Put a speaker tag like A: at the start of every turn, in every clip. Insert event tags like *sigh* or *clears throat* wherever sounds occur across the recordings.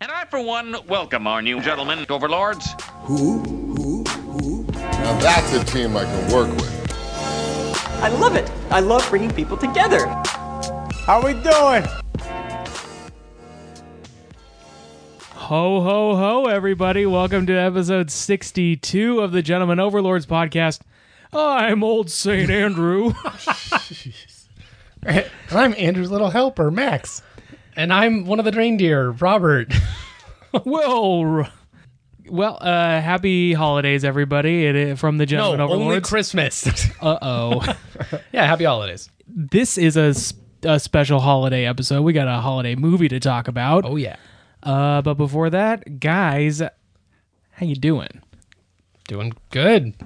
A: I, for one, welcome our new gentlemen, overlords.
B: Who? Who? Who?
C: Now that's a team I can work with.
D: I love it. I love bringing people together.
E: How we doing?
F: Ho, ho, ho, everybody. Welcome to episode 62 of the Gentleman Overlords podcast. I'm old St. Andrew. *laughs*
G: *laughs* And I'm Andrew's little helper, Max. And I'm one of the reindeer, Robert.
F: well, r- well, uh, happy holidays, everybody, it, it- from the
G: No,
F: Gentleman
G: only
F: Overlords.
G: Christmas. *laughs*
F: uh oh. *laughs*
G: yeah, happy holidays.
F: this is a, s- a special holiday episode. We got a holiday movie to talk about.
G: Oh yeah,
F: Uh, but before that, guys, how you doing?
G: doing good.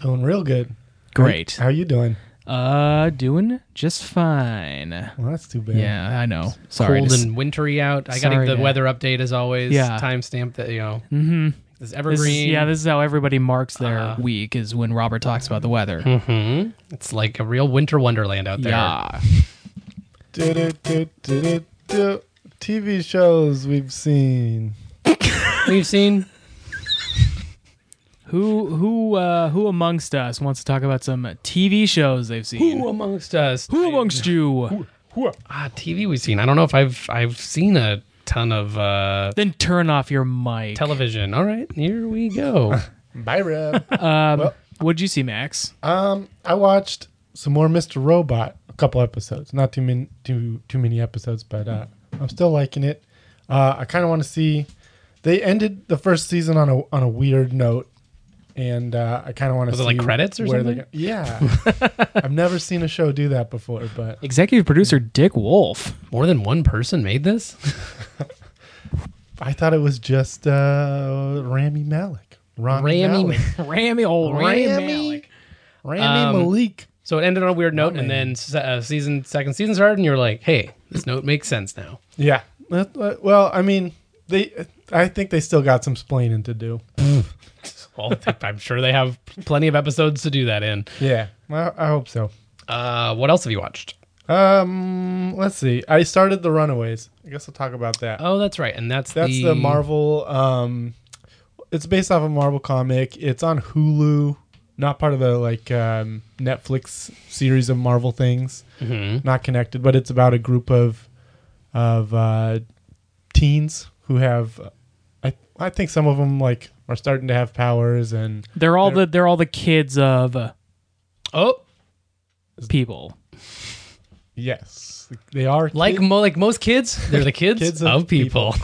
E: Doing real good.
F: Great.
E: How you doing?
F: Uh, doing just fine.
E: Well, that's too bad.
F: Yeah, I know. Sorry.
G: Cold
F: to s-
G: and wintry out. I got
F: sorry
G: the
F: to-
G: weather update as always.
F: Yeah.
G: timestamp that you know. Mm-hmm. This evergreen.
F: This is- yeah, this is how everybody marks their week is when Robert talks about the weather.
G: it's like a real winter wonderland out there.
F: Yeah.
E: Du-du-du-du-du-du. TV shows we've seen.
F: *laughs*
G: We've seen.
F: Who who uh, who amongst us wants to talk about some TV shows they've seen?
G: Who amongst us?
F: Who amongst you?
G: ah, TV we've seen. I don't know if I've I've seen a ton of uh,
F: Then turn off your mic.
G: television. All right, here we
F: *laughs*
G: go.
E: Bye, *laughs* Rob.
F: What'd you see, Max?
E: um, I watched some more Mr. Robot. A couple episodes, not too many, too too many episodes, but uh, I'm still liking it. Uh, I kind of want to see. They ended the first season on a on a weird note, and uh, I kind of want to
G: Was
E: see
G: it like credits or
E: where they
G: something?
E: go-
G: *laughs*
E: Yeah, I've never seen a show do that before, but
F: Executive producer Dick Wolf. *laughs*
G: More than one person made this.
E: I thought it was just uh, Rami Malik. Rami
G: Rami
E: Malek.
F: Rammy old Rammy.
E: Rami. Rami
G: Um,
E: Malik.
G: So it ended on a weird note, and then se- uh, season second season started, and you're like, "Hey, this note makes sense now."
E: Yeah. That- uh, Well, I mean, they. I think they still got some splaining to do.
G: Well, *laughs* I'm sure they have plenty of episodes to do that in.
E: Yeah. I, I hope so.
G: Uh, what else have you watched?
E: Um, let's see. I started The Runaways. I guess I'll talk about that.
G: Oh, that's right, and that's
E: That's the Marvel. Um, it's based off a Marvel comic. It's on Hulu, not part of the like um, Netflix series of Marvel things. Not connected, but it's about a group of of uh, teens who have. I I think some of them like are starting to have powers and
F: They're all the they're all the kids of uh,
G: Oh,
F: people.
E: yes, they are
G: like mo- like most kids, they're the
E: *laughs*
G: kids,
E: Kids of
G: of, people.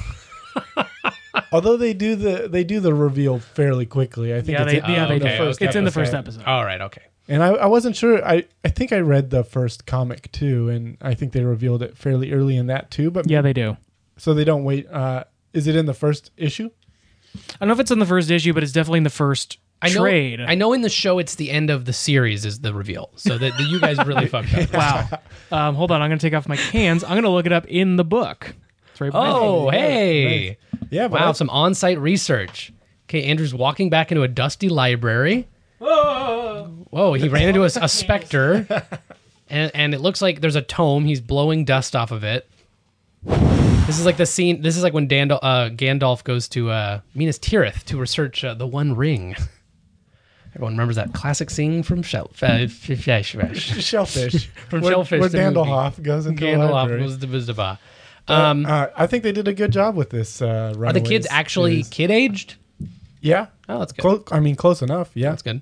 E: Although they do the they do the reveal fairly quickly. I think
F: Yeah,
E: it's
F: they,
E: in-
F: yeah, they
G: okay,
F: do.
G: okay.
F: it's in the first episode.
G: *laughs* All right, okay.
E: And I, I wasn't sure. I, I think I read the first comic too, and I think they revealed it fairly early in that too. But
F: Yeah, they do.
E: so they don't wait. Uh, is it in the first issue?
F: I don't know if it's in the first issue, but it's definitely in the first
G: I know,
F: trade.
G: I know. In the show, it's the end of the series is the reveal. So that that you guys
E: *laughs*
G: really fucked up.
F: Wow. Um, hold on, I'm gonna take off my cans. I'm gonna look it up in the book. It's right behind me.
G: Oh, hey.
E: Yeah, but
G: Wow,
E: I-
G: some on site research. Okay, Andrew's walking back into a dusty library. Whoa, he ran into a,
E: *laughs*
G: a specter. And, and it looks like there's a tome. He's blowing dust off of it. This is like the scene. This is like when Dandel, uh, Gandalf goes to uh, Minas Tirith to research uh, the One Ring. *laughs* Everyone remembers that classic scene from Shell.
E: *laughs*
G: Uh,
E: shellfish
G: *laughs* From
E: where,
G: Shellfish,
E: Where
G: the movie.
E: Dandelhoff goes into *laughs* the
G: Gandalf
E: library.
G: was the Vizdaba.
E: uh, I think they did a good job with this. Uh,
G: Are the kids actually kid aged?
E: Yeah.
G: Oh, that's good.
E: Clo- I mean, close enough. Yeah,
G: That's good.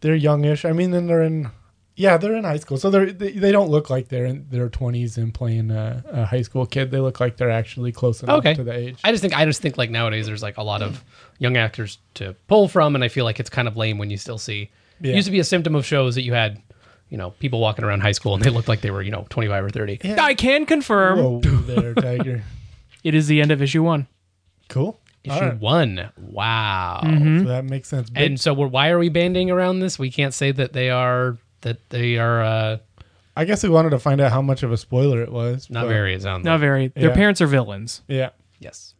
E: they're youngish. I mean, then they're in. Yeah, they're in high school, so they're, they they don't look like they're in their twenties and playing a, a high school kid. They look like they're actually close enough
G: okay.
E: to the age.
G: I just think I just think like nowadays there's like a lot of young actors to pull from, and I feel like it's kind of lame when you still see.
E: Yeah.
G: It used to be a symptom of shows that you had, you know, people walking around high school and they looked like they were you know 25 or 30.
E: Yeah.
F: I can confirm
E: Whoa there, Tiger.
F: it is the end of issue one.
E: Cool.
G: Issue one. Wow.
E: So that makes sense. Big-
G: And so we're why are we banding around this? We can't say that they are that they are uh
E: I guess we wanted to find out how much of a spoiler it was.
G: not
E: but-
G: very it sounds
F: Not
G: like.
F: very. Their
E: Yeah.
F: parents are villains.
E: Yeah,
G: yes.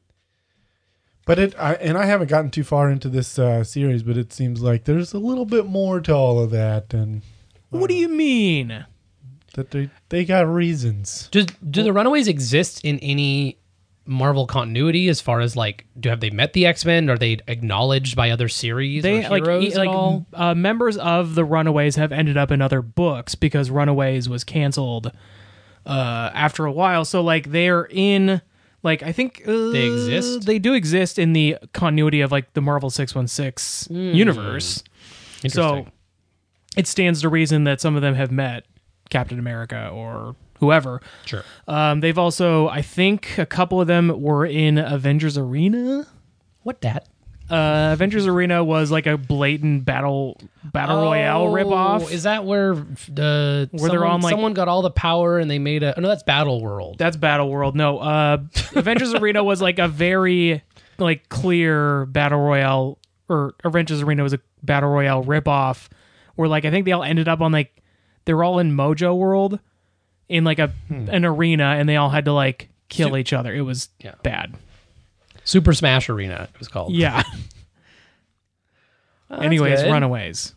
E: but it I, and I haven't gotten too far into this uh, series, but it seems like there's a little bit more to all of that, and
F: What do you mean?
E: that they they got reasons.
G: Does do the Runaways exist in any Marvel continuity as far as like do have they met the X Men? Are they acknowledged by other series?
F: They
G: or
F: like
G: heroes
F: e-
G: at
F: like
G: all?
F: uh, members of the Runaways have ended up in other books because Runaways was canceled uh, after a while. So like they're in like I think uh,
G: They exist?
F: They do exist in the continuity of like the Marvel Six One Six universe. So
G: Hmm. Interesting.
F: it stands to reason that some of them have met Captain America or whoever.
G: sure.
F: Um, they've also, I think, a couple of them were in Avengers Arena.
G: What that?
F: Uh, Avengers Arena was like a blatant battle battle royale ripoff.
G: Oh, Is that where the
F: Where they're
G: someone,
F: on, like-
G: someone got all the power and they made a oh, no that's Battle World.
F: That's Battle World. No, uh, *laughs* Avengers Arena was like a very like clear battle royale, or Avengers Arena was a battle royale ripoff. Where like I think they all ended up on like they're all in Mojo World, in like a an arena, and they all had to like kill each other. It was
G: Yeah.
F: bad.
G: Super Smash Arena it was called.
F: *laughs* Yeah. Anyways,
G: good.
F: Runaways.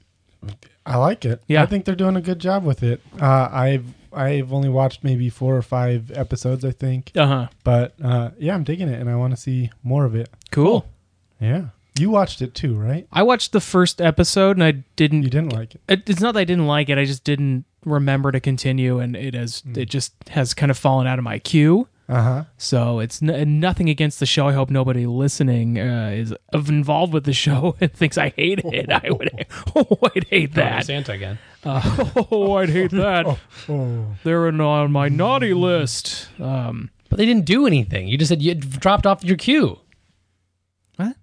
E: I like it.
F: Yeah.
E: I think they're doing a good job with it. Uh, I've I've only watched maybe four or five episodes, I think,
F: Uh huh.
E: but uh, yeah, I'm digging it, and I want to see more of it.
F: Cool.
E: Yeah, you watched it too, right?
F: I watched the first episode and I didn't.
E: You didn't like it.
F: It, it's not that I didn't like it. I just didn't remember to continue, and it has it just has kind of fallen out of my queue.
E: Uh huh.
F: So it's n- nothing against the show. I hope nobody listening uh, is of- involved with the show *laughs* and thinks I hate it. I would. *laughs* Oh, I'd hate that.
G: That. Santa again.
F: *laughs* Oh, I'd hate that.
E: Oh,
F: They're in- on my naughty list. Um,
G: But they didn't do anything. You just said you dropped off your cue.
F: What?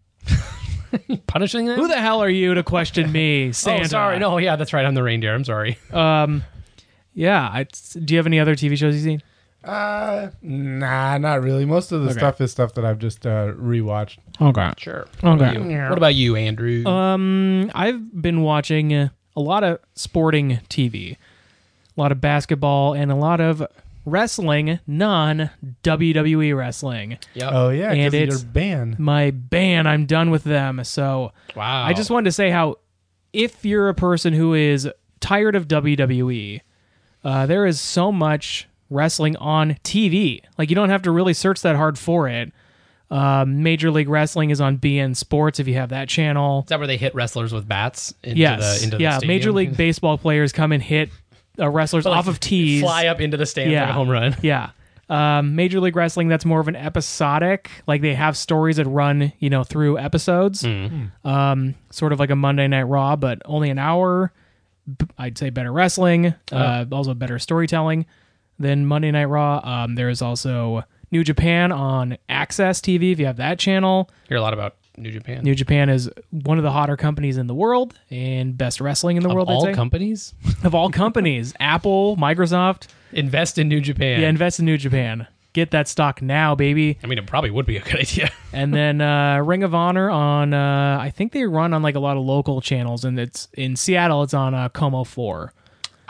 G: Punishing them?
F: who the hell are you to question me, Santa?
G: Oh, sorry. No, yeah, that's right. I'm the reindeer. I'm sorry.
F: Yeah. I, do you have any other TV shows you've seen?
E: uh, nah, not really. Most of the stuff is stuff that I've just uh, rewatched.
F: Okay.
G: *laughs* Sure.
F: Okay.
G: What about you, Andrew?
F: Um, I've been watching uh, a lot of sporting TV, a lot of basketball, and a lot of wrestling, non WWE wrestling.
G: yep.
E: Oh yeah,
F: And
E: because your
F: it's-
E: ban.
F: My ban, I'm done with them. So
G: wow.
F: I just wanted to say how, if you're a person who is tired of WWE, uh, there is so much wrestling on TV. Like you don't have to really search that hard for it. Um, Major League Wrestling is on BN Sports if you have that channel.
G: Is that where they hit wrestlers with bats into
F: yes.
G: the into the
F: yeah.
G: stadium?
F: Major
G: *laughs*
F: League Baseball players come and hit uh, wrestlers
G: Like,
F: off of tees.
G: fly up into the stands
F: Yeah.
G: like a home run.
F: Yeah. Um, Major League Wrestling, that's more of an episodic. Like they have stories that run, you know, through episodes.
G: Mm-hmm.
F: Um, sort of like a Monday Night Raw, but only an hour. B- I'd say better wrestling,
G: Oh.
F: uh, also better storytelling than Monday Night Raw. Um, there is also New Japan on Access TV if you have that channel.
G: Hear a lot about New Japan.
F: New Japan is one of the hotter companies in the world and best wrestling in the world. I'd
G: all
F: say.
G: companies
F: of all companies, Apple, Microsoft,
G: invest in New Japan.
F: yeah, invest in New Japan. Get that stock now, baby.
G: I mean, it probably would be a good idea.
F: And then uh, Ring of Honor on, uh, I think they run on like a lot of local channels, and it's in Seattle. It's on uh, Como Four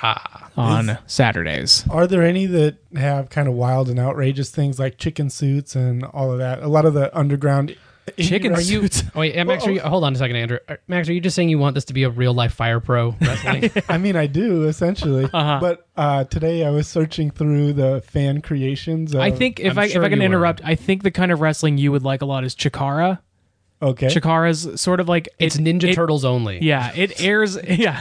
G: Ah.
F: on Saturdays.
G: Oh,
E: Are there any that have kind of wild and outrageous things like chicken suits and all of that? A lot of the underground indie
F: Chicken
E: wrestling-
F: suits.
G: Oh, wait, Max, are you, hold on a second, Andrew. Uh, Max, are you just saying you want this to be a real life Fire Pro wrestling?
E: *laughs* I mean, I do essentially. But uh, today I was searching through the fan creations. Of,
F: I think if
G: I'm
F: i
G: sure
F: if I can
G: you were.
F: interrupt, I think the kind of wrestling you would like a lot is Chikara.
E: okay,
F: Chikara's sort of like
G: Eh? it's
F: it-
G: Ninja
F: it-
G: Turtles only.
F: Yeah, it airs. *laughs* Yeah,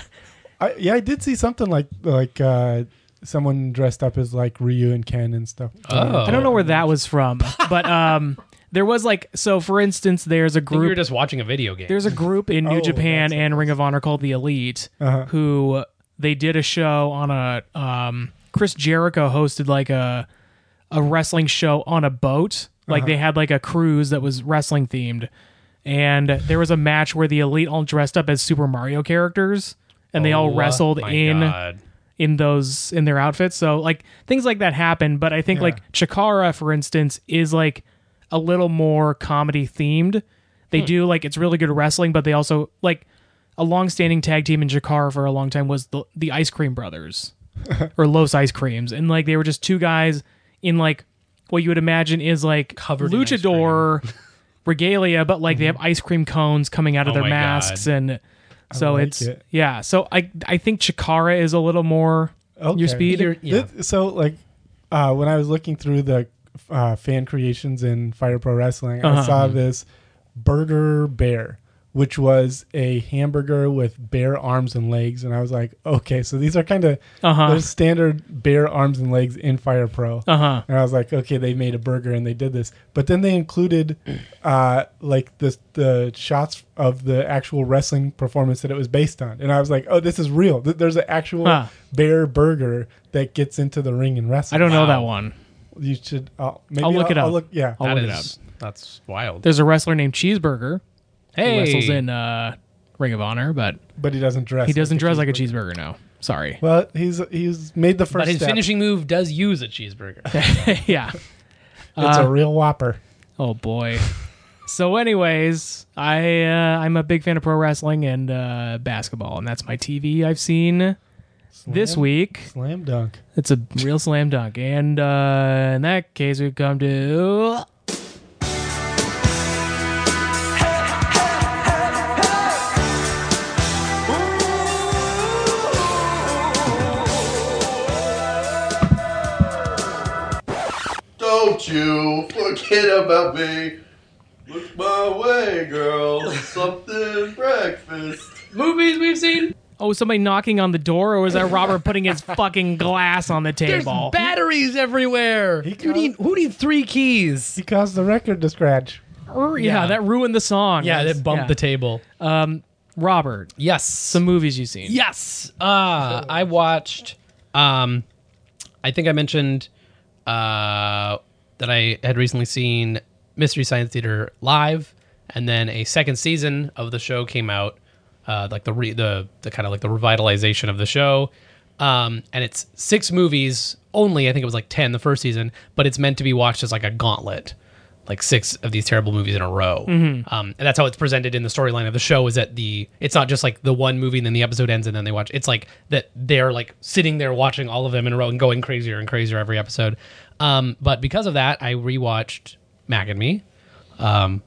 E: I, yeah, I did see something like like uh, someone dressed up as like Ryu and Ken and stuff.
G: Oh.
F: I don't know where that was from, but um, there was like so. For instance, there's a
G: You were
F: group.
G: just watching a video game.
F: There's a group in New
E: Oh,
F: Japan
E: that's
F: and Ring of Honor called the Elite,
G: Uh-huh.
F: who they did a show on a. Um, Chris Jericho hosted like a a wrestling show on a boat.
G: Uh-huh.
F: Like they had like a cruise that was wrestling themed, and there was a match where the Elite all dressed up as Super Mario characters, and they all
G: Oh,
F: wrestled
G: my
F: in
G: God.
F: in those in their outfits. So like things like that happen, but I think like Chikara, for instance, is like a little more comedy themed.
G: Hmm.
F: They do like it's really good wrestling, but they also like a long-standing tag team in Chikara for a long time was the the Ice Cream
G: *laughs*
F: Brothers or Los Ice Creams, and like they were just two guys in like what you would imagine is like
G: Covered in ice Mm-hmm.
F: luchador regalia, but like they have ice cream cones coming out of
G: Oh
F: their
G: my
F: masks and. So
E: like
F: it's
E: it.
F: yeah. So I I think Chikara is a little more
E: Okay.
F: your speed.
G: You're- yeah.
E: Th- so like uh, when I was looking through the uh, fan creations in Fire Pro Wrestling,
F: Uh-huh.
E: I saw
F: Mm-hmm.
E: this burger bear, which was a hamburger with bare arms and legs, and I was like, okay, so these are kind of
F: Uh-huh.
E: there's standard bare arms and legs in Fire Pro.
F: Uh-huh.
E: And I was like, okay, they made a burger and they did this, but then they included uh, like the the shots of the actual wrestling performance that it was based on, and I was like, oh, this is real. Th- There's an actual
F: Huh.
E: bear burger that gets into the ring and wrestles.
F: Ah. I don't know that one.
E: You should. Uh, maybe
F: I'll look it
E: I'll
F: up.
E: look, yeah.
F: I'll
G: That
F: look it
G: is- That's wild.
F: There's a wrestler named Cheeseburger who
G: Hey,
F: wrestles in uh, Ring of Honor, but
E: but he doesn't dress.
F: he doesn't
E: like a
F: dress like a
E: cheeseburger.
F: cheeseburger now. Sorry.
E: Well, he's he's made the first.
G: but his
E: step.
G: finishing move does use a cheeseburger.
F: *laughs* yeah.
E: It's a real whopper.
F: Oh boy. so, anyways, I uh, I'm a big fan of pro wrestling and uh, basketball, and that's my TV I've seen this
E: Slam-
F: week.
E: Slam dunk.
F: It's a real slam dunk, and uh, in that case, we've come to.
C: Don't you forget about me. Look my way,
H: *laughs*
C: girl. Something breakfast.
G: Movies we've seen.
F: Oh, somebody knocking on the door, or was that Robert putting *laughs* his fucking glass on the
G: There's
F: table?
G: batteries everywhere. who
E: caused-
G: need who need three keys?
E: He caused the record to scratch.
F: yeah, that ruined the song.
G: Yeah,
F: That's-
G: that bumped
F: yeah.
G: the table.
F: Robert,
G: Yes.
F: some movies you've seen.
G: Yes. Uh, I watched. Um, I think I mentioned uh, that I had recently seen Mystery Science Theater live, and then a second season of the show came out, uh, like the re- the the kind of like the revitalization of the show. Um, and it's six movies only. I think it was like ten the first season, but it's meant to be watched as like a gauntlet like six of these terrible movies in a row. Um, and that's how it's presented in the storyline of the show is that the it's not just like the one movie and then the episode ends and then they watch. It's like that they're like sitting there watching all of them in a row and going crazier and crazier every episode. Um, but because of that, I rewatched Mac and Me, um,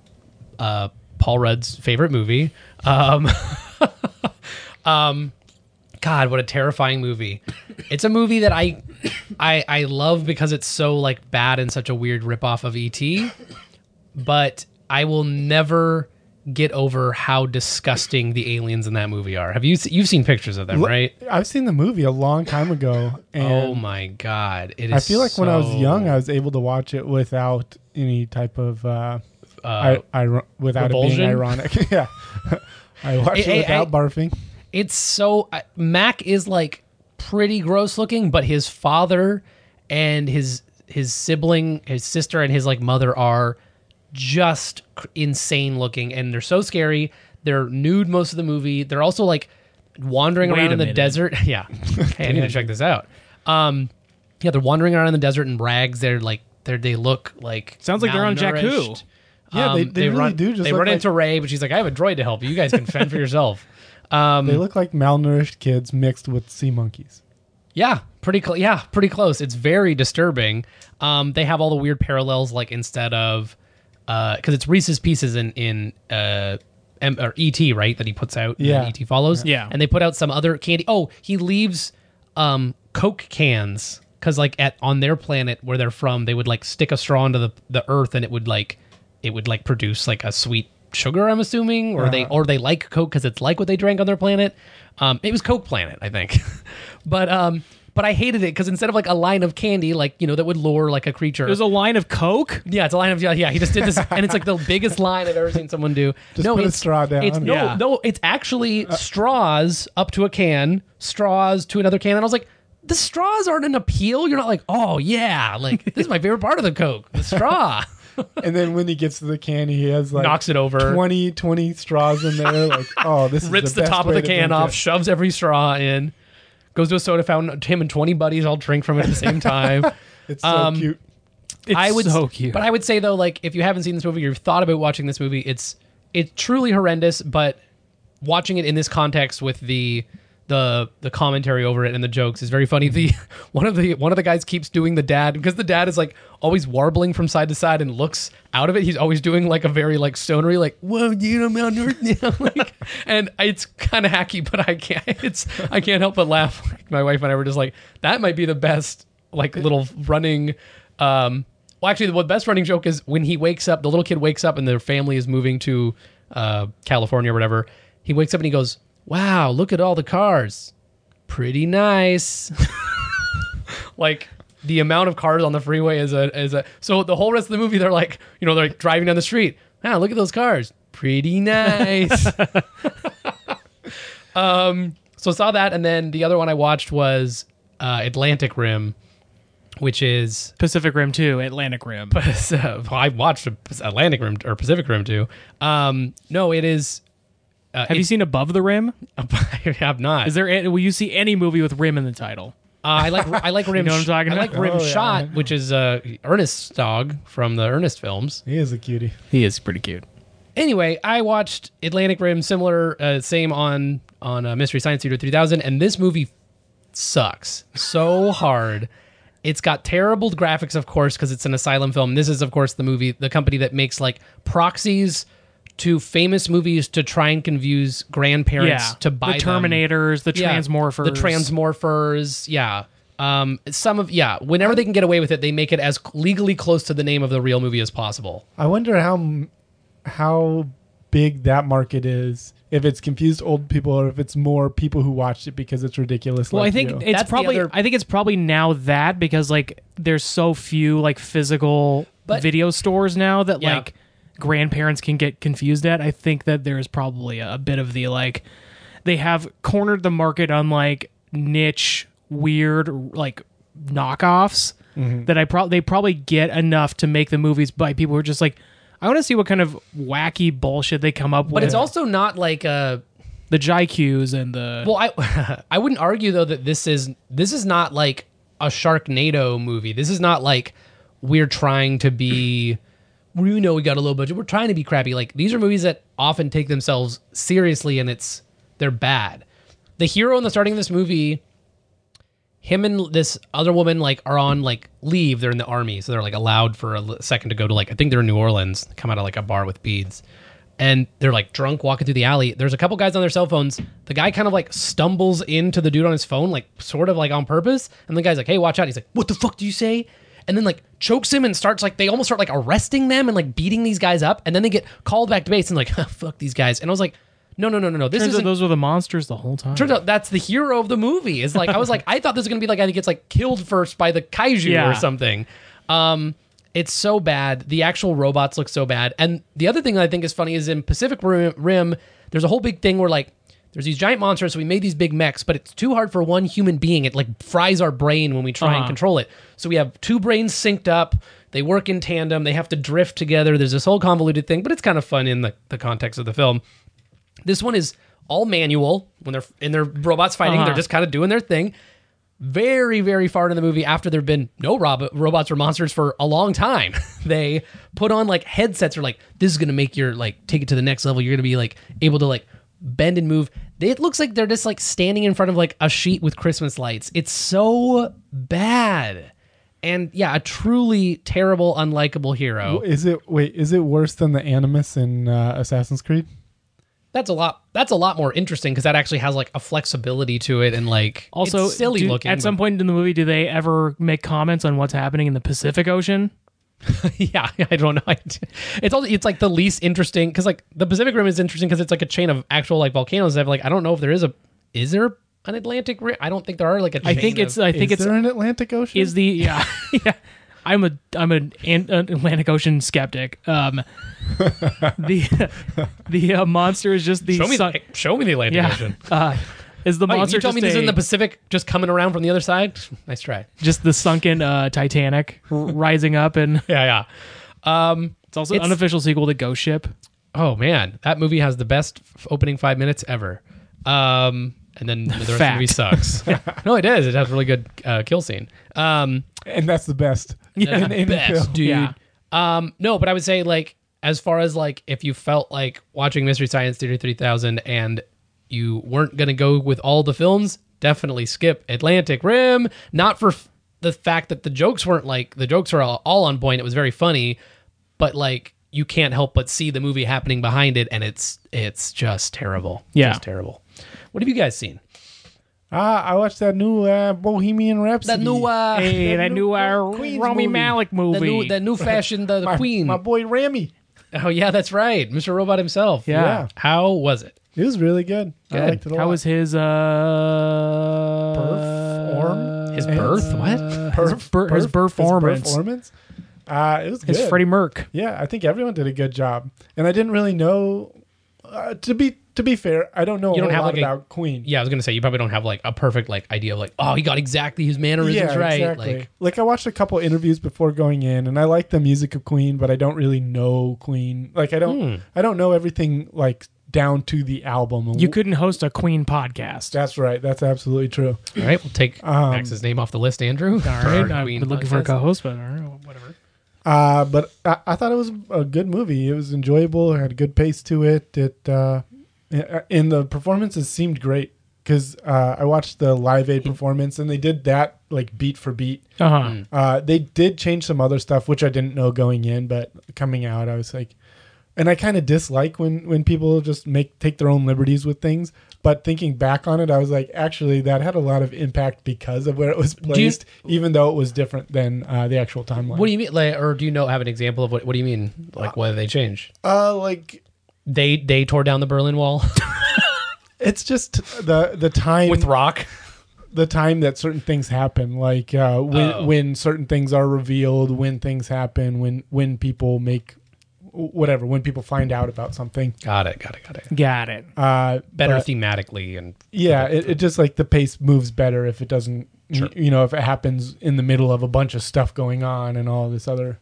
G: uh, Paul Rudd's favorite movie. Um, *laughs* God, what a terrifying movie! It's a movie that I, I, I love because it's so like bad and such a weird ripoff of ET. But I will never get over how disgusting the aliens in that movie are. Have you se- you've seen pictures of them, right?
E: I've seen the movie a long time ago, and
G: *laughs* Oh my God! It is.
E: I feel like when I was
G: so-
E: young, I was able to watch it without any type of uh,
G: Uh,
E: I, ir- without it
G: revulsion?
E: being ironic. *laughs* yeah, I watched
G: I- I-
E: it without
G: I-
E: barfing.
G: it's so I- Mac is like pretty gross looking, but his father and his his sibling, his sister and his like mother are just cr- insane looking, and they're so scary. They're nude most of the movie. They're also like wandering
F: Wait
G: around
F: a
G: in the
F: minute.
G: desert. *laughs*
F: *laughs*
G: yeah, hey, I need to check this out. Um, yeah, they're wandering around in the desert in rags. They're like they're they look like
F: Sounds like they're on Jakku.
G: malnourished.
E: Yeah, they-
G: Um,
E: they really
G: run,
E: do just
G: they
E: look
G: run
E: like-
G: into Ray, but she's like, "I have a droid to help you. You guys can
E: *laughs*
G: fend for yourself." Um,
E: They look like malnourished kids mixed with sea monkeys.
G: Yeah, pretty close. Yeah, pretty close. It's very disturbing. Um, they have all the weird parallels, like instead of because it's Reese's Pieces in in uh, M- or ET, right? That he puts out. and
E: Yeah.
G: ET follows.
F: Yeah.
G: and they put out some other candy. Oh, he leaves um, Coke cans because like at on their planet where they're from, they would like stick a straw into the the earth and it would like it would like produce like a sweet sugar i'm assuming or they or they like coke because it's like what they drank on their planet um it was coke planet i think *laughs* but um but i hated it because instead of like a line of candy like you know that would lure like a creature
F: There's a line of Coke.
G: yeah it's a line of yeah, yeah he just did this and it's like the biggest line i've ever seen someone do
E: *laughs* Just put a straw down. Uh,
G: it's no
F: Yeah.
G: no it's actually straws up to a can straws to another can and i was like the straws aren't an appeal you're not like oh yeah like this is my favorite part of the coke
E: *laughs*
G: the straw
E: And then when he gets to the can, he has like
G: Knocks it over.
E: 20, 20 straws in there. Like, oh, this is
G: rips
E: the,
G: the,
E: best
G: top of
E: way
G: the
E: to
G: can
E: drink
G: off,
E: it.
G: shoves every straw in, goes to a soda fountain. Him and twenty buddies all drink from it at the same time.
E: *laughs* It's so
G: Um,
E: cute.
F: It's
G: I would,
F: so cute.
G: but I would say though, like if you haven't seen this movie, you've thought about watching this movie. It's it's truly horrendous, but watching it in this context with the the the commentary over it and the jokes is very funny. The *laughs* one of the one of the guys keeps doing the dad because the dad is like always warbling from side to side and looks out of it. He's always doing like a very like stonery like whoa you know *laughs* Mount North now like and it's kind of hacky, but I can't *laughs* it's I can't help but laugh. *laughs* Like, my wife and I were just like that might be the best like little running um Well, actually, the best running joke is when he wakes up, the little kid wakes up, and their family is moving to uh, California or whatever. He wakes up and he goes, "Wow, look at all the cars, pretty nice." *laughs* like the amount of cars on the freeway is a is a. So the whole rest of the movie, they're like, you know, they're like driving down the street. Ah, look at those cars, pretty nice. Um, So I saw that, and then the other one I watched was uh, Atlantic Rim, which is
F: Pacific Rim 2, Atlantic Rim.
G: *laughs* so, I watched Atlantic Rim or Pacific Rim too. Um, no, it is. *laughs*
F: Have you seen Above the Rim?
G: I have not.
F: Is there a- will you see any movie with rim in the title?
G: Uh, I like I like Rim.
F: *laughs* You know what I'm
G: Sh-
F: talking
G: I like
F: about?
G: Rim
E: Oh, yeah.
G: Shot, which is uh, Ernest Dog from the Ernest films.
E: He is a cutie.
F: He is pretty cute.
G: Anyway, I watched Atlantic Rim, similar, uh, same on on uh, Mystery Science Theater 3000, and this movie sucks so hard. It's got terrible graphics, of course, because it's an asylum film. This is, of course, the movie, the company that makes like proxies to famous movies to try and confuse grandparents
F: Yeah.
G: to buy
F: the
G: them.
F: Terminators, the
G: Yeah.
F: Transmorphers.
G: the Transmorphers, yeah. Um, some of yeah, whenever they can get away with it, they make it as legally close to the name of the real movie as possible.
E: I wonder how m- how big that market is. If it's confused old people, or if it's more people who watched it because it's ridiculous.
F: Well, I
E: like
F: think
E: you.
F: it's
G: That's the
F: probably
G: other-
F: I think it's probably now that because like there's so few like physical
G: But-
F: video stores now that
G: Yeah.
F: like grandparents can get confused at. I think that there is probably a, a bit of the like they have cornered the market on like niche weird like knockoffs that I probably they probably get enough to make the movies by people who are just like I want to see what kind of wacky bullshit they come up with.
G: But it's also not like a
F: the JQs and the
G: well. I *laughs* I wouldn't argue though that this is this is not like a Sharknado movie. This is not like we're trying to be. We know we got a low budget. We're trying to be crappy. Like these are movies that often take themselves seriously, and it's they're bad. The hero in the starting of this movie, him and this other woman like are on like leave. They're in the army, so they're like allowed for a l- second to go to like I think they're in New Orleans. Come out of like a bar with beads, and they're like drunk walking through the alley. There's a couple guys on their cell phones. The guy kind of like stumbles into the dude on his phone, like sort of like on purpose. And the guy's like, "Hey, watch out!" He's like, "What the fuck do you say?" And then like chokes him and starts like they almost start like arresting them and like beating these guys up. And then they get called back to base and like *laughs* fuck these guys. And I was like, "No, no, no, no, no! This
F: turns out
G: is
F: those were the monsters the whole time.
G: Turns out that's the hero of the movie. Is like I was like I thought this was gonna be like guy that gets like killed first by the kaiju
F: Yeah.
G: or something. Um, it's so bad. The actual robots look so bad. And the other thing that I think is funny is in Pacific Rim, Rim there's a whole big thing where like there's these giant monsters, so we made these big mechs, but it's too hard for one human being. It like fries our brain when we try and
F: Uh-huh.
G: control it. So we have two brains synced up. They work in tandem. They have to drift together. There's this whole convoluted thing, but it's kind of fun in the, the context of the film. This one is all manual when they're in their robots fighting.
F: Uh-huh.
G: They're just kind of doing their thing. Very, very far in the movie, after there've been no rob- robots or monsters for a long time, *laughs* they put on like headsets. Are like, this is gonna make your like take it to the next level. You're gonna be like able to like bend and move. They- It looks like they're just like standing in front of like a sheet with Christmas lights. It's so bad, and yeah, a truly terrible, unlikable hero.
E: Is it wait? Is it worse than the Animus in uh, Assassin's Creed?
G: That's a lot. That's a lot more interesting because that actually has like a flexibility to it and like
F: Also,
G: it's silly
F: do-
G: looking.
F: At some
G: but-
F: point in the movie, do they ever make comments on what's happening in the Pacific Ocean?
G: *laughs* yeah, I don't know. *laughs* It's also it's like the least interesting because like the Pacific Rim is interesting because it's like a chain of actual like volcanoes. That have, like I don't know if there is a is there an Atlantic Rim? I don't think there are like a.
F: I
G: chain
F: think it's. uh,
G: of-
F: I think
E: is
F: it's.
E: there an Atlantic Ocean?
F: Is the yeah *laughs* yeah. I'm a I'm an, an an Atlantic Ocean skeptic. Um, the *laughs* the uh, monster is just the
G: show me
F: sun-
G: the, *laughs* show me the Atlantic
F: yeah.
G: Ocean.
F: *laughs* Uh, is the
G: Wait,
F: monster
G: you told me
F: just
G: this is in
F: a-
G: the Pacific, just coming around from the other side. *laughs* nice try.
F: just the sunken uh, Titanic r- rising up, and
G: Yeah, yeah. Um,
F: it's also
G: It's-
F: an unofficial sequel to Ghost Ship.
G: Oh man, that movie has the best f- opening five minutes ever. Um, and then the rest of the
F: Fact.
G: movie sucks. no, it is. It has a really good uh, kill scene. Um,
E: and that's the
G: *laughs*
E: best. in any
G: best,
E: film.
G: dude.
F: Yeah.
G: Um, no, but I would say like as far as like if you felt like watching Mystery Science Theater 3000 and you weren't gonna go with all the films, definitely skip Atlantic Rim. Not for f- the fact that the jokes weren't like the jokes are all, all on point. It was very funny, but like you can't help but see the movie happening behind it, and it's it's just terrible.
F: Yeah.
G: just terrible. What have you guys seen?
E: Ah, I watched that new uh, Bohemian Rhapsody.
F: *laughs*
G: uh,
F: Hey, that new uh,
E: Queens movie.
F: Rami Malik movie.
G: the new, the new fashion, the, the
E: my,
G: Queen.
E: Ah, my boy Rami.
G: oh yeah, that's right, Mr. Robot himself.
F: yeah.
E: yeah.
G: How was it?
E: It was really good. I
G: Good.
E: liked it a lot.
F: How was his uh
E: Perform-
G: His birth? What?
E: Perf-
F: per- his
E: perf-
F: performance.
E: performance? Uh, it was good.
F: His Freddie Merc.
E: Yeah, I think everyone did a good job, and I didn't really know. Uh, to be to be fair, I don't know
G: You
E: a
G: don't
E: whole
G: have,
E: lot
G: like, a-
E: about Queen.
G: Yeah, I was gonna say you probably don't have like a perfect like idea of like oh he got exactly his mannerisms right.
E: exactly.
G: Like
E: I watched a couple interviews before going in, and I like the music of Queen, but I don't really know Queen. Like I don't,
G: Hmm.
E: I don't know everything like down to the album.
F: You couldn't host a Queen podcast.
E: That's right. That's absolutely true.
G: all right, we'll take Max's name off the list, Andrew. All
F: All right, I've been looking for a co-host, but all right, whatever.
E: Uh, but I, I thought it was a good movie. It was enjoyable. It had a good pace to it. It uh, and the performances seemed great because uh, I watched the Live Aid performance, and they did that like beat for beat.
F: Uh huh.
G: Hmm.
E: Uh, they did change some other stuff, which I didn't know going in, but coming out, I was like, and I kind of dislike when when people just make take their own liberties with things. But thinking back on it, I was like, actually, that had a lot of impact because of where it was
G: you-
E: placed, even though it was different than uh, the actual timeline.
G: What do you mean? Like, or do you know have an example of what? What do you mean? Like whether they change?
E: uh, like
G: They they tore down the Berlin Wall
E: it's just the the time
G: with rock.
E: the time that certain things happen, like uh, when
G: Oh.
E: when certain things are revealed, when things happen, when when people make whatever, when people find out about something.
G: Got it. Got it. Got it.
F: Got it.
E: Uh,
G: Better
E: but-
G: thematically and
E: Yeah, it, it just like the pace moves better if it doesn't, you know, if it happens in the middle of a bunch of stuff going on and all this other.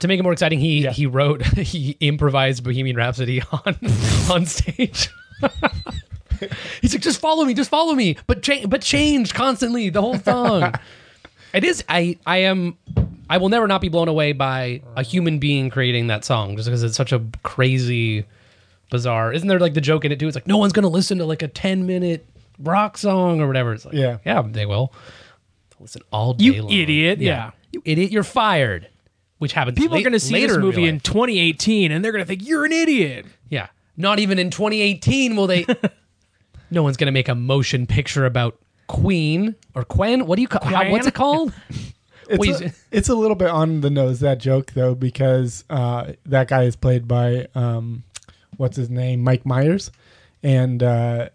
G: to make it more exciting, he
E: Yeah.
G: he wrote *laughs* he improvised Bohemian Rhapsody on *laughs* on stage. *laughs* He's like, just follow me, just follow me, but cha- but change constantly the
F: *laughs*
G: whole song. it is I I am I will never not be blown away by a human being creating that song just because it's such a crazy, bizarre. Isn't there like the joke in it too? It's like no one's gonna listen to like a ten minute rock song or whatever. It's like
E: Yeah.
G: yeah, they will listen all day.
F: You
G: long.
F: idiot. Yeah.
G: You idiot, you're fired. Which happens.
F: People
G: la-
F: are going to see
G: later
F: this
G: real
F: movie in
G: life.
F: 2018, and they're going to think you're an idiot.
G: yeah. Not even in 2018
F: *laughs*
G: will they. no one's going to make a motion picture about Queen or Quen. What do you call? How, what's it called?
E: It's
G: Wait,
E: a,
G: is-
E: it's a little bit on the nose that joke though because uh, that guy is played by um, what's his name, Mike Myers, and uh,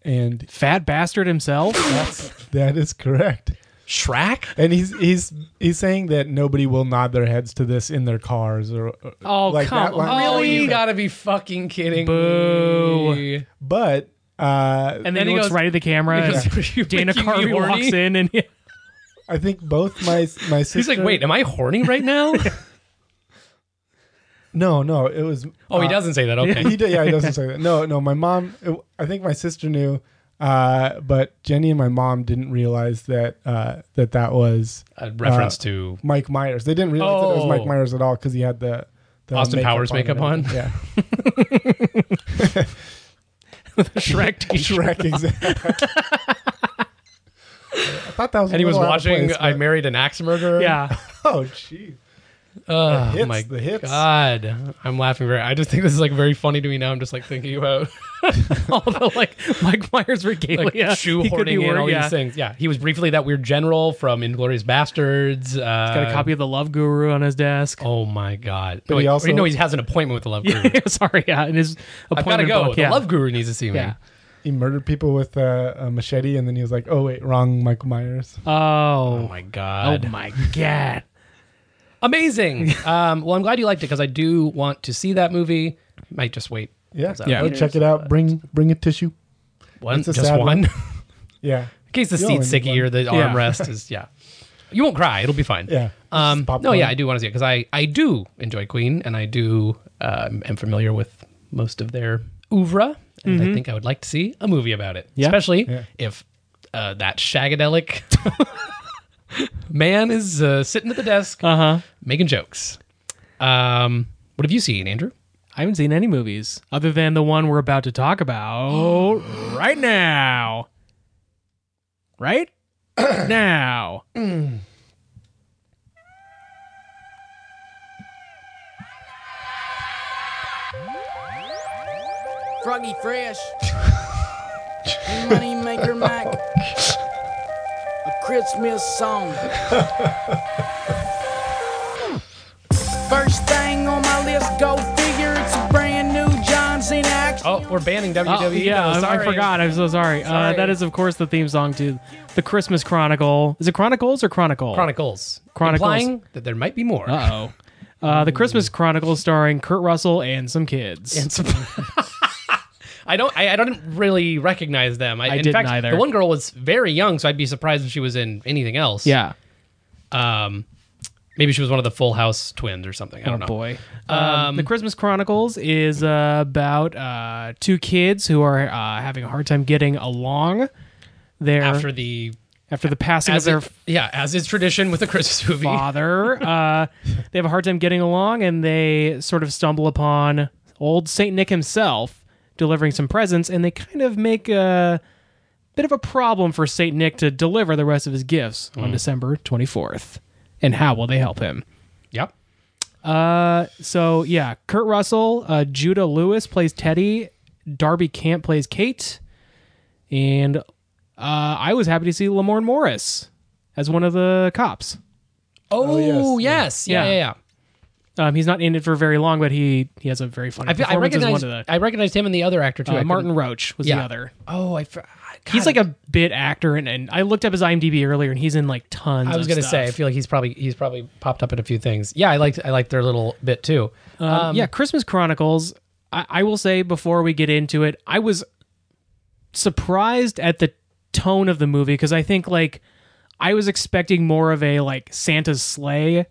E: and *laughs*
F: Fat bastard himself.
E: that's that is correct.
G: Shrek.
E: And he's he's he's saying that nobody will nod their heads to this in their cars or or-
F: Oh, come
E: that line-
F: on. *laughs*
G: Oh,
F: Really?
G: you gotta be fucking kidding
F: Boo.
G: me!
E: But uh,
F: And then he, looks right at the camera.
G: Because
F: and
G: *laughs* you-
F: *laughs* Dana
G: making me
F: Carvey
G: horny?
F: walks in, and
E: I think both
F: *laughs*
E: my my sister
G: He's like, "Wait, am I horny right now?"
E: no no it was
G: oh,
F: Uh,
G: he doesn't say that. Okay,
E: *laughs* he did, yeah, he doesn't say that. No, no, my mom. It, I think my sister knew, uh, but Jenny and my mom didn't realize that uh, that that was uh,
G: a reference
F: Uh,
G: to
E: Mike Myers. They didn't realize that it was
G: Oh.
E: Mike Myers at all because he had the, the
G: Austin Powers
E: and
G: makeup on? *laughs*
E: everything. Yeah,
G: *laughs*
F: *laughs*
G: Shrek. t-shirt.
E: Shrek. Exactly.
G: *laughs*
E: I thought that was. a
G: And he was
E: little out of
G: watching
E: place,
G: "I
E: but-
G: Married an Axe Murderer."
F: yeah. *laughs*
E: Oh, jeez.
G: Oh
E: hits,
G: my
E: the hits.
G: god, I'm laughing very. I just think this is like very funny to me now. I'm just like thinking about *laughs* all the like
F: Mike Myers regalia.
G: like
F: He could be
G: shoehorning in
F: wor-
G: all
F: yeah.
G: these things. Yeah, he was briefly that weird general from Inglorious Bastards. Uh,
F: Got a copy of The Love Guru on his *laughs* desk.
G: Oh my god!
E: But he also-
G: no, he has an appointment with the *laughs* Love Guru.
F: Sorry, yeah. And his
G: I've got to
F: appointment
G: go.
F: book. Yeah.
G: The Love Guru needs to see me.
F: Yeah.
E: He murdered people with uh, a machete, and then he was like, "Oh wait, wrong, Michael Myers."
G: Oh
F: Oh.
G: my
F: Oh
G: god!
F: my god.
G: *laughs* Amazing. um, well, I'm glad you liked it because I do want to see that movie. Might just wait.
E: Yeah,
G: that
E: yeah. Go check it out. Bring bring a tissue.
G: One,
E: It's a
G: just
E: sad
G: one.
E: one.
G: *laughs* in
E: Yeah,
G: case the
E: You
G: seat's
E: only need
G: sticky or the
F: Yeah.
G: armrest is yeah. You won't cry. It'll be fine.
E: yeah.
G: Um,
E: Just popcorn.
G: no, yeah, I do want to see it because I, I do enjoy Queen and I do um, am familiar with most of their oeuvre. And I think I would like to see a movie about it,
F: Mm-hmm. Yeah.
G: especially
E: Yeah.
G: if uh, that shagadelic *laughs* man is uh, sitting at the desk
F: Uh huh.
G: making jokes. Um, what have you seen, Andrew?
F: I haven't seen any movies other than the one we're about to talk
G: *gasps*
F: about right now.
G: *coughs*
F: Right now.
C: *laughs*
H: Froggy Fresh. Moneymaker Mac. A Christmas song. First thing on my list, go figure, it's a brand new John Cena action.
E: Oh, we're banning WWE.
G: Oh,
F: yeah,
E: now,
F: I- I
E: sorry.
F: forgot. I'm so sorry. Uh,
G: Sorry.
F: that is, of course, the theme song to the Christmas Chronicle. Is it Chronicles or Chronicle?
G: Chronicles.
F: Chronicles.
G: Implying that there might be more.
F: Uh-oh. Uh, the Christmas Chronicle, starring Kurt Russell and some kids.
G: And some- *laughs* I don't. I, I don't really recognize them. I,
F: I
G: in
F: didn't
G: fact,
F: either.
G: The one girl was very young, so I'd be surprised if she was in anything else.
F: yeah.
G: Um, maybe she was one of the Full House twins or something. I
F: Oh
G: don't know.
F: boy. Um, the Christmas Chronicles is uh, about uh, two kids who are uh, having a hard time getting along. There
G: After the
F: after the passing of
G: as
F: their
G: it, yeah, as is tradition with a Christmas movie.
F: father. uh, they have a hard time getting along, and they sort of stumble upon old Saint Nick himself delivering some presents, and they kind of make a bit of a problem for Saint Nick to deliver the rest of his gifts on December twenty fourth. And how will they help him?
G: *laughs* Yep.
F: So yeah, Kurt Russell, uh, Judah Lewis plays Teddy, Darby Camp plays Kate, and uh, I was happy to see Lamorne Morris as one of the cops.
G: Oh, yes. Yeah.
F: Yeah.
G: Yeah. Yeah.
F: Um, he's not in it for very long, but he he has a very funny
G: I, feel- I
F: performance as
G: recognize.
F: one of the.
G: I recognized him and the other actor too.
F: uh,
G: I
F: Martin
G: couldn't-
F: Roach was the
G: Yeah.
F: other.
G: Oh, I. fr- God,
F: He's like a bit actor, and, and I looked up his IMDb earlier, and he's in like tons.
G: I
F: of
G: was gonna
F: stuff.
G: say. I feel like he's probably he's probably popped up in a few things. Yeah, I liked I liked their little bit too.
F: Um, yeah, Christmas Chronicles. I, I will say before we get into it, I was surprised at the tone of the movie because I think like I was expecting more of a like Santa's sleigh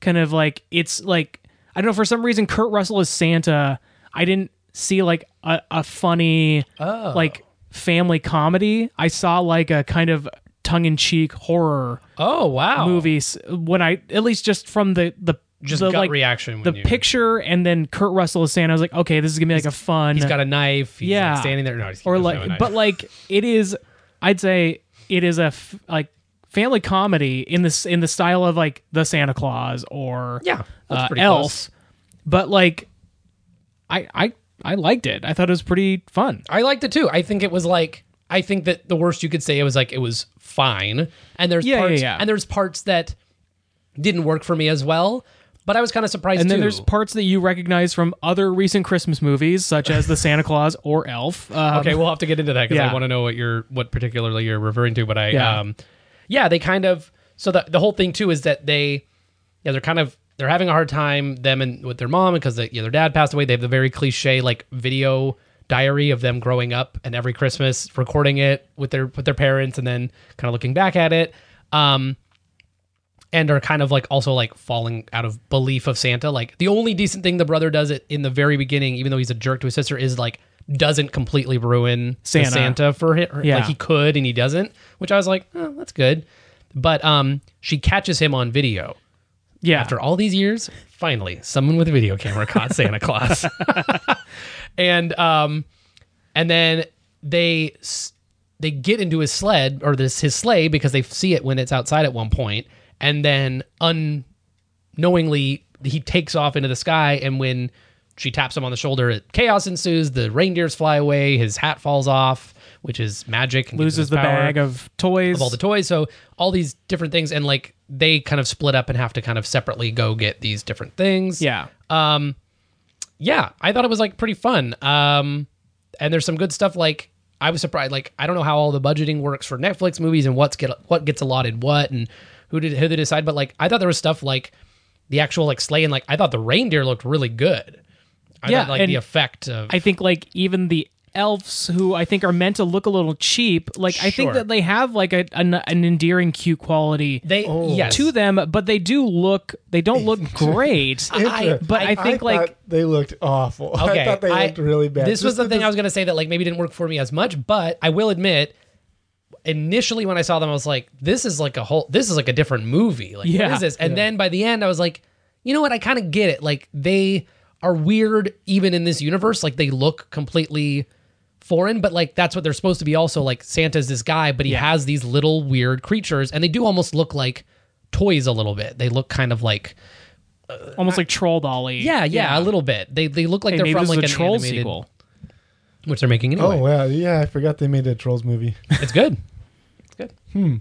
F: kind of like it's like I don't know for some reason Kurt Russell is Santa. I didn't see like a, a funny
G: oh.
F: like family comedy. I saw like a kind of tongue in cheek horror
G: Oh wow.
F: movies when I at least just from the the
G: Just
F: the,
G: gut reaction when
F: the
G: you-
F: picture and then Kurt Russell is Santa. I was like, okay, this is gonna be like a fun.
G: He's got a knife. He's
F: Yeah.
G: like standing there. No, he's
F: or
G: there's
F: like,
G: no knife.
F: but like it is. I'd say it is a f- like family comedy in this in the style of like the Santa Claus or
G: yeah,
F: uh,
G: that's pretty
F: Elf.
G: close.
F: But like, I I I liked it. I thought it was pretty fun.
G: I liked it too. I think it was like I think that the worst you could say it was like it was fine. And there's
F: Yeah, yeah,
G: parts
F: yeah.
G: and there's parts that didn't work for me as well. But I was kind of surprised
F: And then
G: too.
F: there's parts that you recognize from other recent Christmas movies, such as the Santa Claus or
G: *laughs*
F: Elf. Um,
G: okay, we'll have to get into that because
F: yeah.
G: I want to know what you're what particularly you're referring to. But I
F: Yeah.
G: um yeah, they kind of so the the whole thing too is that they yeah they're kind of they're having a hard time them and with their mom because they, yeah, their dad passed away. They have the very cliche like video diary of them growing up and every Christmas recording it with their with their parents and then kind of looking back at it. Um and are kind of like also like falling out of belief of Santa. Like the only decent thing the brother does it in the very beginning, even though he's a jerk to his sister, is like doesn't completely ruin the
F: Santa.
G: Santa for him.
F: Yeah.
G: Like he could and he doesn't, which I was like, oh, that's good. But um, she catches him on video
F: yeah.
G: after all these years, finally, someone with a video camera caught Santa
F: *laughs*
G: Claus. and um, and then they s- they get into his sled or this his sleigh because they see it when it's outside at one point, and then unknowingly he takes off into the sky, and when she taps him on the shoulder, it, chaos ensues. The reindeers fly away. His hat falls off, which is magic. and gives him
F: loses
G: his
F: the
G: power
F: bag of toys.
G: of all the toys. So all these different things, and like they kind of split up and have to kind of separately go get these different things.
F: yeah.
G: Um, yeah, I thought it was like pretty fun. Um, and there's some good stuff. Like I was surprised. Like I don't know how all the budgeting works for Netflix movies and what's get what gets allotted what and who did who they decide. But like I thought there was stuff like the actual like sleigh and like I thought the reindeer looked really good. I
F: Yeah,
G: thought, like
F: and
G: the effect of
F: I think like even the elves who I think are meant to look a little cheap, like I think
G: Sure.
F: that they have like a, an, an endearing cute quality
G: they yes
F: to them, but they do look they don't
G: *laughs*
F: look great.
G: I-
F: but I, think
E: I
F: like
E: thought they looked awful. *laughs* I thought they looked really bad.
G: This was
E: Just
G: the thing I was going to say that like maybe didn't work for me as much, but I will admit, initially when I saw them, I was like, "This is like a whole. This is like a different movie. Like
F: Yeah.
G: what is this?" And then by the end, I was like, "You know what? I kind of get it. Like they are weird even in this universe. Like they look completely." foreign but like that's what they're supposed to be also like santa's this guy but he has these little weird creatures and they do almost look like toys a little bit they look kind of like
F: almost like troll dolly.
G: yeah yeah, a little bit they they look like
F: Hey,
G: they're
F: maybe
G: from
F: this
G: like
F: is
G: an
F: a troll
G: animated
F: sequel.
G: which they're making anyway.
E: Oh wow, yeah, I forgot they made a Trolls movie.
F: Oh.
G: It's good. It's good. Hmm.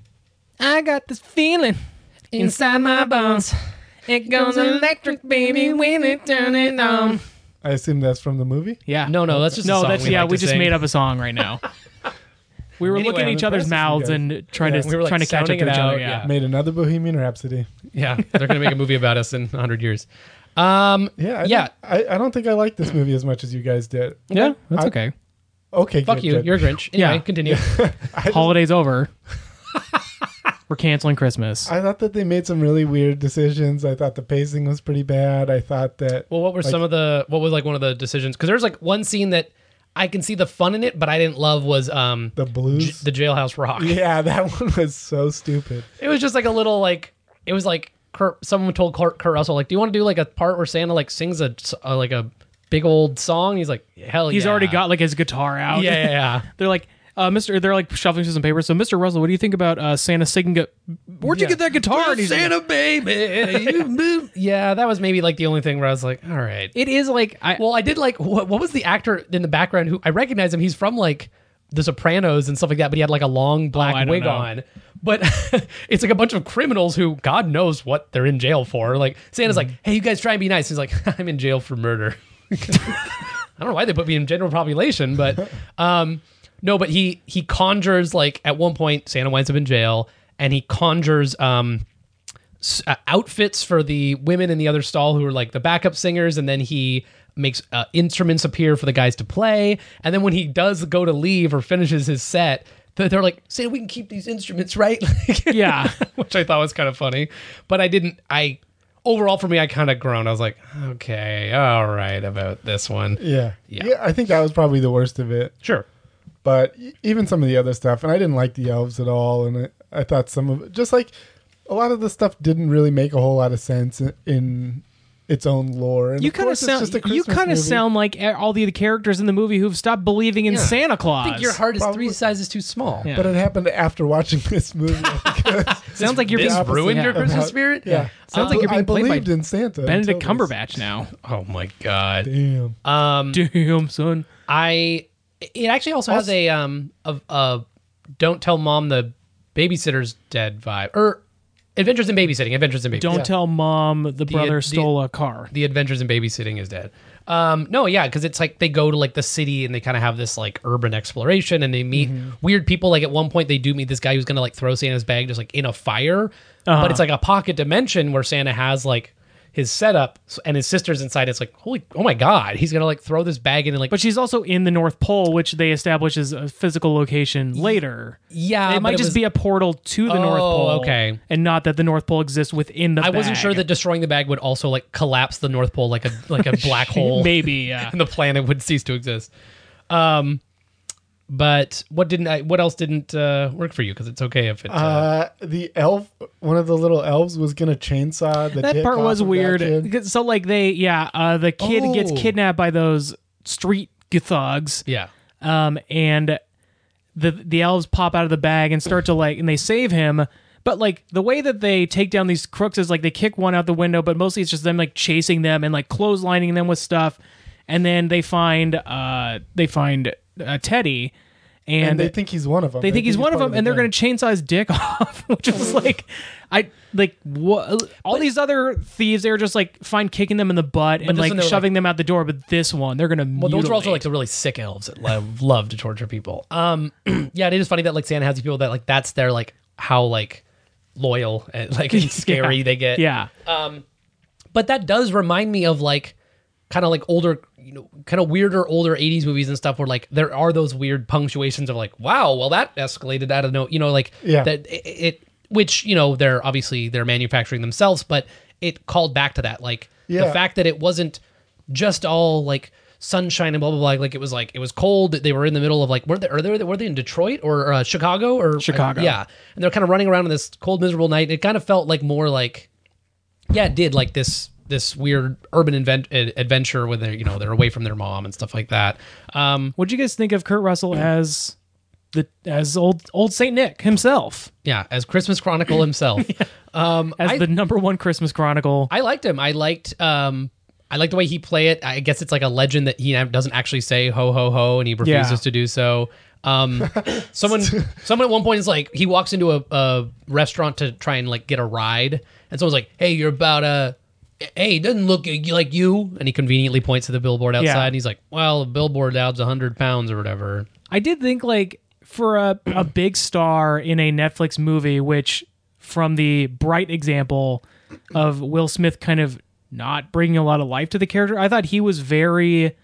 G: I got this feeling *laughs* inside my bones. It goes electric, baby, when it turn it on.
E: I assume that's from the movie.
F: Yeah.
G: No, no, that's just
F: no.
G: A song
F: that's
G: we
F: yeah.
G: like
F: we
G: to
F: just
G: sing.
F: made up a song right *laughs* now. we were
G: Anyway,
F: looking at
G: I'm
F: each other's
E: impressed
F: mouths
E: with you
F: and trying to
G: we were, like,
F: trying to catch up
G: sounding
F: to
G: it
F: each other.
G: out,
F: Yeah.
G: yeah.
E: Made another Bohemian Rhapsody.
G: Yeah, they're gonna make a movie about us in 100 years.
F: *laughs*
G: Um,
E: Yeah, I
G: yeah,
E: don't- I, I don't think I like this movie as much as you guys did.
G: yeah.
F: That's
E: I-
F: okay.
E: Okay,
G: Fuck
E: good,
G: you,
E: good.
G: you're a Grinch. Anyway,
F: Yeah. *laughs*
G: continue.
F: Holidays over. we're canceling Christmas.
E: I thought that they made some really weird decisions. I thought the pacing was pretty bad. I thought that
G: Well, what were
E: Like-
G: some of the what was like one of the decisions? Because there's like one scene that I can see the fun in it, but I didn't love was um
E: the
G: j-
E: blues.
G: the jailhouse rock.
E: *laughs* yeah, that one was so stupid.
G: It was just like a little like it was like Kurt, someone told Kurt, Kurt Russell like, do you want to do like a part where Santa like sings a, a like a big old song? He's like, hell,
F: He's
G: yeah.
F: already got like his guitar
G: *laughs* yeah,
F: out.
G: yeah, yeah.
F: They're like, uh, Mister. They're like shuffling through some papers. So, Mister Russell, what do you think about uh, Santa singing? A- Where'd you
G: Yeah.
F: get that guitar? And he's like,
G: baby, you move. Yeah, that was maybe like the only thing where I was like, all right.
F: It is like I.
G: Well, I did like what, what was the actor in the background who I recognize him. He's from like The Sopranos and stuff like that, but he had like a
F: Oh,
G: long
F: I
G: black
F: don't
G: wig
F: know.
G: on. But *laughs* it's like a bunch of criminals who God knows what they're in jail for. Like Santa's like, "Hey, you guys, try and be nice." He's like, *laughs* "I'm in jail for murder." I don't know why they put me in general population, but um, no, but he he conjures like at one point Santa winds up in jail, and he conjures um s- uh, outfits for the women in the other stall who are like the backup singers, and then he makes uh, instruments appear for the guys to play. And then when he does go to leave or finishes his set, th- they're like, "Say we can keep these instruments, right?" *laughs* Like,
F: Yeah.
G: which I thought was kind of funny, but I didn't. I overall for me, I kind of groaned. I was like, "Okay, all right about this one."
E: Yeah.
G: Yeah.
E: I think that was probably the worst of it.
G: Sure.
E: But e- even some of the other stuff, and I didn't like the elves at all. And I, I thought some of just like a lot of the stuff didn't really make a whole lot of sense in, in its own lore. And
F: You
E: of
F: kind of
E: course it's
F: sound.
E: just a
F: You
E: Christmas
F: kind of
E: movie.
F: sound like a- all the, the characters in the movie who've stopped believing in
G: Yeah.
F: Santa Claus.
G: I think your heart is
E: Probably-
G: three sizes too small.
F: Yeah.
E: But it happened after watching *laughs* this movie.
F: *laughs* sounds like you're
G: This
F: being
G: ruined your
F: Yeah.
G: Christmas spirit.
E: yeah.
F: Sounds like you're
E: I
F: being played by
E: believed in Santa.
F: Benedict
E: until this.
F: Cumberbatch Uh, now.
G: *laughs* Oh my god.
E: Damn.
F: Damn son.
G: I it actually also, has a um a, a don't tell mom the babysitter's dead vibe or Adventures in Babysitting. Adventures in Babysitting.
F: Don't tell mom the, brother
G: the-
F: stole a car.
G: the Adventures in Babysitting is dead. Um, no, yeah, because it's like they go to like the city and they kind of have this like urban exploration and they meet
F: Mm-hmm.
G: weird people. Like at one point, they do meet this guy who's gonna like throw Santa's bag just like in a fire,
F: Uh-huh.
G: but it's like a pocket dimension where Santa has like his setup s- and his sister's inside. It's like holy, oh my god, he's gonna like throw this bag in and like
F: But she's also in the North Pole, which they establish as a physical location later.
G: yeah,
F: it might
G: but
F: just
G: was-
F: be a portal to the North
G: Oh,
F: Pole.
G: okay.
F: And not that the North Pole exists within the
G: I wasn't
F: bag.
G: sure that destroying the bag would also like collapse the North Pole like a like a
F: *laughs*
G: black hole,
F: maybe, yeah.
G: *laughs* and the planet would cease to exist. Um, but what didn't I? What else didn't uh, work for you? Because it's okay if it. Uh,
E: Uh, the elf, one of the little elves, was gonna chainsaw the.
F: that
E: dick
F: part
E: off
F: was
E: of that
F: weird.
E: kid.
F: 'Cause- So like they yeah, uh, the kid gets
G: Oh.
F: kidnapped by those street thugs.
G: yeah,
F: um, and the the elves pop out of the bag and start to like, and they save him. But like the way that they take down these crooks is like they kick one out the window, but mostly it's just them like chasing them and like clotheslining them with stuff, and then they find uh they find uh, Teddy, and,
E: And they think he's one of them.
F: they think he's one of
E: part
F: them, and they're
E: gang.
F: going to chainsaw his dick *laughs* off, which is like, I like what all these other thieves. They're just like fine kicking them in the butt and
G: this
F: like
G: one they were
F: shoving them out the door, but this one they're going to.
G: well, those were also like the really sick elves that love, love to torture people. Um, *clears throat* yeah, it is funny that like Santa has these people that like that's their like how like loyal and *laughs* like and scary they get.
F: yeah.
G: but that does remind me of like kind of like older you know kind of weirder older 80s movies and stuff where like there are those weird punctuations of like wow well that escalated out of no you know like
E: Yeah.
G: that it, it which you know they're obviously they're manufacturing themselves but it called back to that like the
E: Yeah.
G: fact that it wasn't just all like sunshine and blah blah blah like it was like it was cold they were in the middle of like were they are they were they in detroit or uh, chicago or
F: Chicago.
G: yeah and they're kind of running around on this cold miserable night it kind of felt like more like yeah, it did like this this weird urban invent- ad- adventure where they're you know they're away from their mom and stuff like that. Um,
F: What do you guys think of Kurt Russell as the as old old Saint Nick himself
G: yeah, as Christmas Chronicle himself,
F: as
G: I-
F: the number one Christmas Chronicle?
G: I liked him. I liked um, I like the way he play it. I guess it's like a legend that he doesn't actually say ho ho ho, and he refuses
F: Yeah.
G: to do so.
F: *laughs*
G: Um, someone, someone at one point is like, he walks into a, a restaurant to try and like get a ride, and someone's like, "Hey, you're about a." Hey, he doesn't look like you. And he conveniently points to the billboard outside,
F: Yeah.
G: and he's like, "Well, a billboard adds hundred pounds or whatever."
F: I did think like for a, a big star in a Netflix movie, which from the bright example of Will Smith kind of not bringing a lot of life to the character, I thought he was very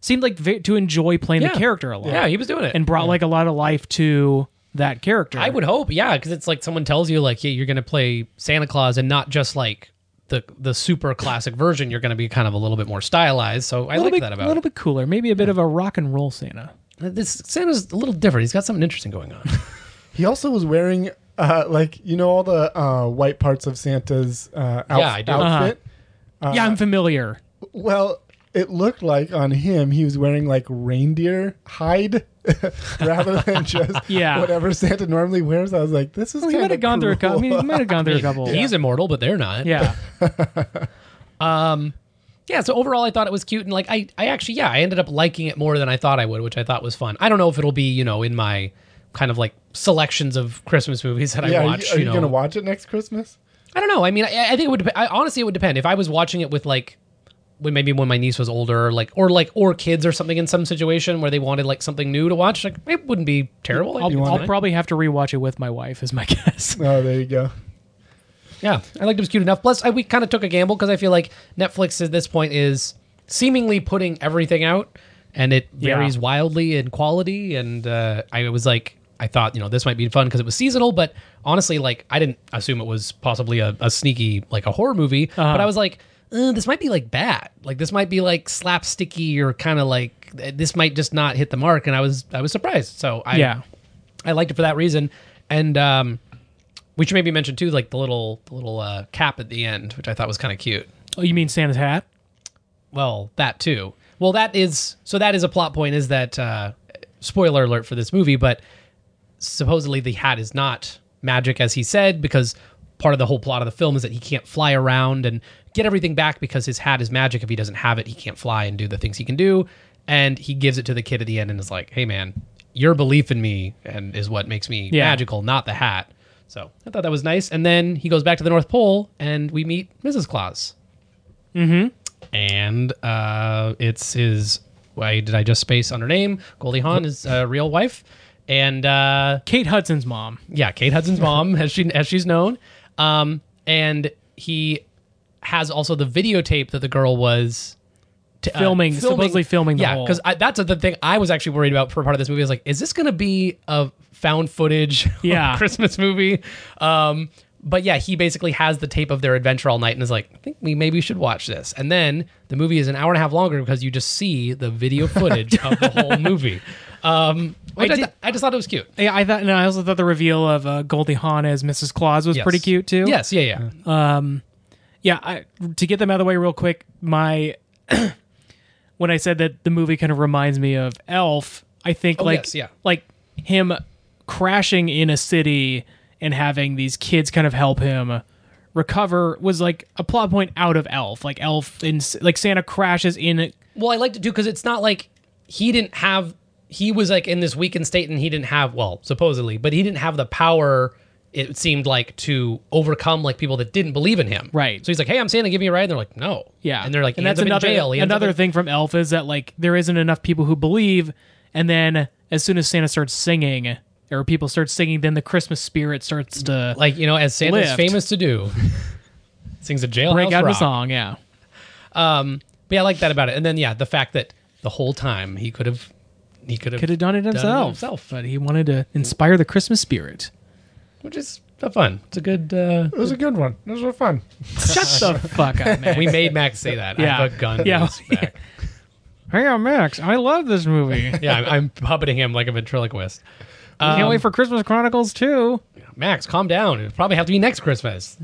F: seemed like ve- to enjoy playing
G: Yeah.
F: the character a lot.
G: Yeah, he was doing it.
F: and brought like a lot of life to that character.
G: I would hope, yeah, because it's like someone tells you, like, yeah, you're gonna play Santa Claus and not just like the the super classic version. You're gonna be kind of a little bit more stylized. So I
F: a little
G: like
F: bit,
G: that
F: a
G: about
F: little
G: it.
F: bit cooler, maybe a bit of a rock and roll Santa.
G: This Santa's a little different. He's got something interesting
E: *laughs*
G: going on.
E: He also was wearing uh, like you know all the uh, white parts of Santa's uh, outf-
G: Yeah, I
F: Uh-huh.
G: do.
E: outfit.
G: Uh,
F: yeah, I'm familiar.
E: Well, it looked like on him he was wearing like reindeer hide *laughs* rather
F: *laughs*
E: than just
F: Yeah.
E: whatever Santa normally wears. I was like, this is
F: Well, he
E: kind
F: might
E: of
F: have gone through a couple. I mean, he might have gone through a *laughs* couple.
G: He's immortal, but they're not.
F: yeah.
G: yeah. So overall, I thought it was cute, and like I, I actually, yeah, I ended up liking it more than I thought I would, which I thought was fun. I don't know if it'll be, you know, in my kind of like selections of Christmas movies that
E: yeah,
G: I
E: are
G: watch.
E: you, are you
G: know.
E: gonna watch it next Christmas?
G: I don't know. I mean, I, I think it would. Dep- I, honestly, it would depend. If I was watching it with like, when maybe when my niece was older, like or like or kids or something in some situation where they wanted like something new to watch, like it wouldn't be terrible. I'd be
F: I'll, I'll
G: fine.
F: probably have to rewatch it with my wife, is my *laughs* guess.
E: Oh, there you go.
G: yeah, I liked it was cute enough. Plus, I, we kind of took a gamble because I feel like Netflix at this point is seemingly putting everything out, and it
F: Yeah.
G: varies wildly in quality. And uh, I was like. I thought, you know, this might be fun because it was seasonal, but honestly, like, I didn't assume it was possibly a, a sneaky, like, a horror movie.
F: Uh-huh.
G: But I was like, uh, this might be like bad. Like this might be like slapsticky or kind of like this might just not hit the mark. And I was I was surprised. So I
F: Yeah.
G: I liked it for that reason. And um, we should maybe mention too, like the little the little uh, cap at the end, which I thought was kind of cute.
F: Oh, you mean Santa's hat?
G: Well, that too. Well, that is so. That is a plot point. Is that uh, spoiler alert for this movie? But supposedly the hat is not magic, as he said, because part of the whole plot of the film is that he can't fly around and get everything back because his hat is magic. If he doesn't have it, he can't fly and do the things he can do. And he gives it to the kid at the end and is like, "Hey, man, your belief in me and is what makes me
F: Yeah.
G: magical, not the hat." So I thought that was nice. And then he goes back to the North Pole, and we meet Mrs. Claus and uh, it's his. Why did I just space on her name? Goldie Hawn is uh, real wife, and uh,
F: Kate Hudson's mom.
G: yeah, Kate Hudson's mom, as she as she's known. Um, and he has also the videotape that the girl was t- uh,
F: Filming- supposedly filming the
G: yeah,
F: whole-
G: because that's the thing I was actually worried about for part of this movie. I was like, is this going to be a found footage *laughs*
F: Yeah.
G: Christmas movie? Um, but yeah, he basically has the tape of their adventure all night and is like, I think we maybe should watch this. And then the movie is an hour and a half longer because you just see the video footage of
F: *laughs*
G: the whole movie. Um, which
F: did-
G: I, th- I just thought it was cute.
F: Yeah, I thought, and I also thought the reveal of uh, Goldie Hawn as Mrs. Claus was
G: Yes.
F: pretty cute too.
G: Yes, yeah, yeah.
F: yeah. I, to get them out of the way real quick, my *clears throat* when I said that the movie kind of reminds me of Elf, I think like
G: Oh, yes, yeah.
F: like him crashing in a city and having these kids kind of help him recover was like a plot point out of Elf. Like Elf and like Santa crashes in it.
G: Well, I liked it too because it's not like he didn't have. He was like in this weakened state, and he didn't have well, supposedly, but he didn't have the power. It seemed like to overcome like people that didn't believe in him.
F: Right.
G: So he's like, "Hey, I'm Santa, give me a ride." And they're like, "No."
F: Yeah,
G: And they're like,
F: and
G: he
F: that's
G: ends up in
F: another
G: jail. He ends up
F: another
G: in-
F: thing from Elf is that like there isn't enough people who believe, and then as soon as Santa starts singing or people start singing, then the Christmas spirit starts to
G: Like you know, as Santa's
F: Lift.
G: famous
F: *laughs*
G: to do, sings a jailhouse
F: break out
G: rock.
F: of a song. Yeah,
G: Um, but yeah, I like that about it. And then yeah, the fact that the whole time he could have, he could have
F: could have done it himself,
G: himself,
F: but he wanted to inspire the Christmas
G: *laughs*
F: spirit.
G: which is fun. It's a good. Uh,
E: It was a good one. It was real fun.
F: Shut the fuck up, man.
G: we made Max say that. I
F: Yeah.
G: have a gun. to
F: Yeah.
G: his back.
F: *laughs* Hey, I'm Max. I love this
G: *laughs*
F: movie.
G: yeah, I'm, I'm puppeting him like a ventriloquist. Um,
F: Can't wait for Christmas Chronicles too.
G: Max, calm down. It'll probably have to be next Christmas.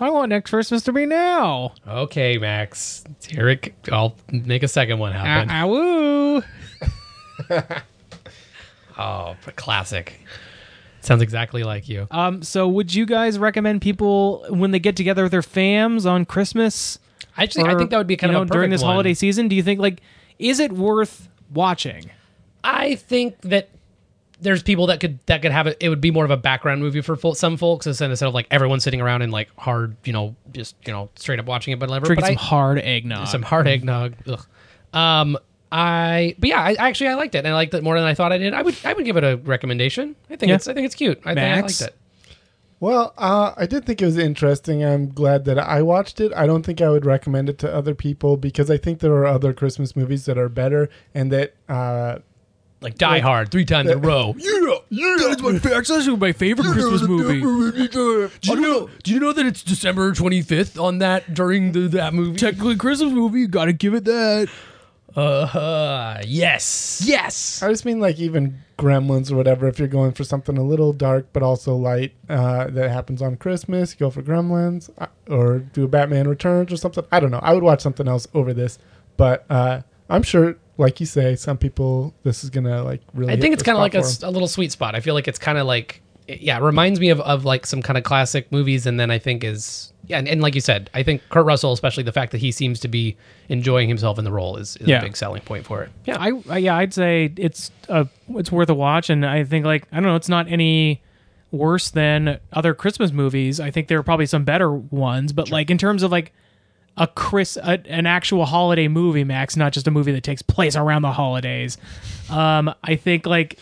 F: I want next Christmas to be now.
G: Okay, Max. Here it. c- I'll make a second one happen.
F: Ah, ah, woo.
G: Oh, but classic. Sounds exactly like you.
F: Uh, Um, so would you guys recommend people when they get together with their fams on Christmas?
G: Actually, I
F: for,
G: think that would be kind
F: you
G: of a
F: know, during
G: perfect
F: this
G: one.
F: holiday season. Do you think like is it worth watching?
G: I think that there's people that could that could have it. It would be more of a background movie for fol- some folks instead instead of like everyone sitting around and like hard, you know, just you know, straight up watching it. But whatever.
F: Drinking
G: But
F: some
G: I,
F: hard eggnog.
G: some hard eggnog. Ugh. Um, I but yeah, I actually I liked it and I liked it more than I thought I did. I would I would give it a recommendation. I think
F: Yeah.
G: it's I think it's cute. I
F: Max?
G: think I liked it.
E: Well, uh, I did think it was interesting. I'm glad that I watched it. I don't think I would recommend it to other people because I think there are other Christmas movies that are better and that. Uh,
G: Like uh, Die Hard three times in a row.
I: Yeah, yeah. That's my, actually my favorite Christmas movie. Do you know? Do you know that it's
G: December twenty fifth on that during the, that movie.
I: technically a Christmas movie? You gotta give it that.
G: Uh, yes, yes.
E: I just mean like even Gremlins or whatever. If you're going for something a little dark but also light uh, that happens on Christmas, you go for Gremlins uh, or do a Batman Returns or something. I don't know. I would watch something else over this, but uh, I'm sure, like you say, some people this is gonna like really.
G: I
E: hit
G: think it's
E: the
G: kind of
E: spot
G: like a,
E: for 'em.
G: s- a little sweet spot. I feel like it's kind of like it- yeah, it reminds me of, of like some kind of classic movies, and then I think is yeah, and, and like you said, I think Kurt Russell, especially the fact that he seems to be enjoying himself in the role, is, is
F: Yeah.
G: a big selling point for it.
F: Yeah, I, I yeah, I'd say it's a it's worth a watch, and I think like I don't know, it's not any worse than other Christmas movies. I think there are probably some better ones, but like in terms of like a Chris a, an actual holiday movie, Max, not just a movie that takes place around the holidays. Um, I think like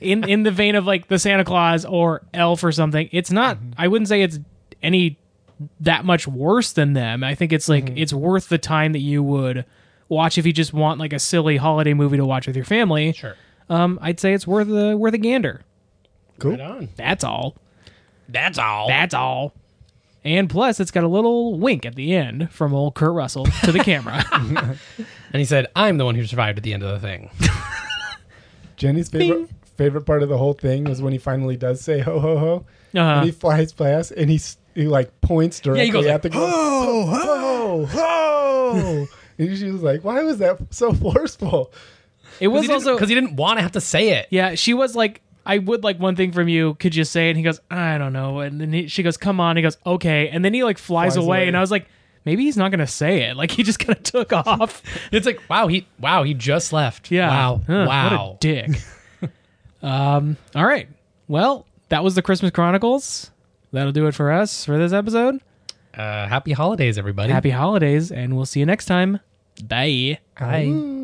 F: in in the vein of like the Santa Claus or Elf or something, it's not. I wouldn't say it's any that much worse than them. I think it's like
G: Mm-hmm.
F: it's worth the time that you would watch if you just want like a silly holiday movie to watch with your family.
G: Sure.
F: Um, I'd say it's worth a worth a gander.
E: Cool.
G: on.
F: That's all.
G: That's all.
F: That's all. And plus, it's got a little wink at the end from old Kurt Russell to the
G: *laughs*
F: camera. Uh,
G: and he said, "I'm the one who survived at the end of the *laughs* thing."
E: Jenny's favorite favorite part of the whole thing was when he finally does say ho ho ho,
F: Uh-huh.
E: and he flies past and he s- Uh. he like points directly
G: goes
E: at
G: like,
E: the girl. Ho ho ho! *laughs* and she was like, "Why was that so forceful?"
F: It was
G: Because he,
F: also
G: didn't- 'cause he didn't want to have to say it.
F: Yeah, she was like, I would like one thing from you. Could you say it? And he goes, I don't know. And then he, she goes, Come on. He goes, Okay. And then he like flies,
E: Flies
F: away,
E: away.
F: And I was like, Maybe he's not gonna say it. Like he just kind of took *laughs* off.
G: It's like, wow, he wow, he just left.
F: Yeah.
G: Wow.
F: Huh,
G: wow.
F: What a dick.
G: *laughs*
F: um. All right. Well, that was the Christmas Chronicles. That'll do it for us for this episode.
G: uh, happy holidays, everybody.
F: Happy holidays, and we'll see you next time. Bye.
G: Bye.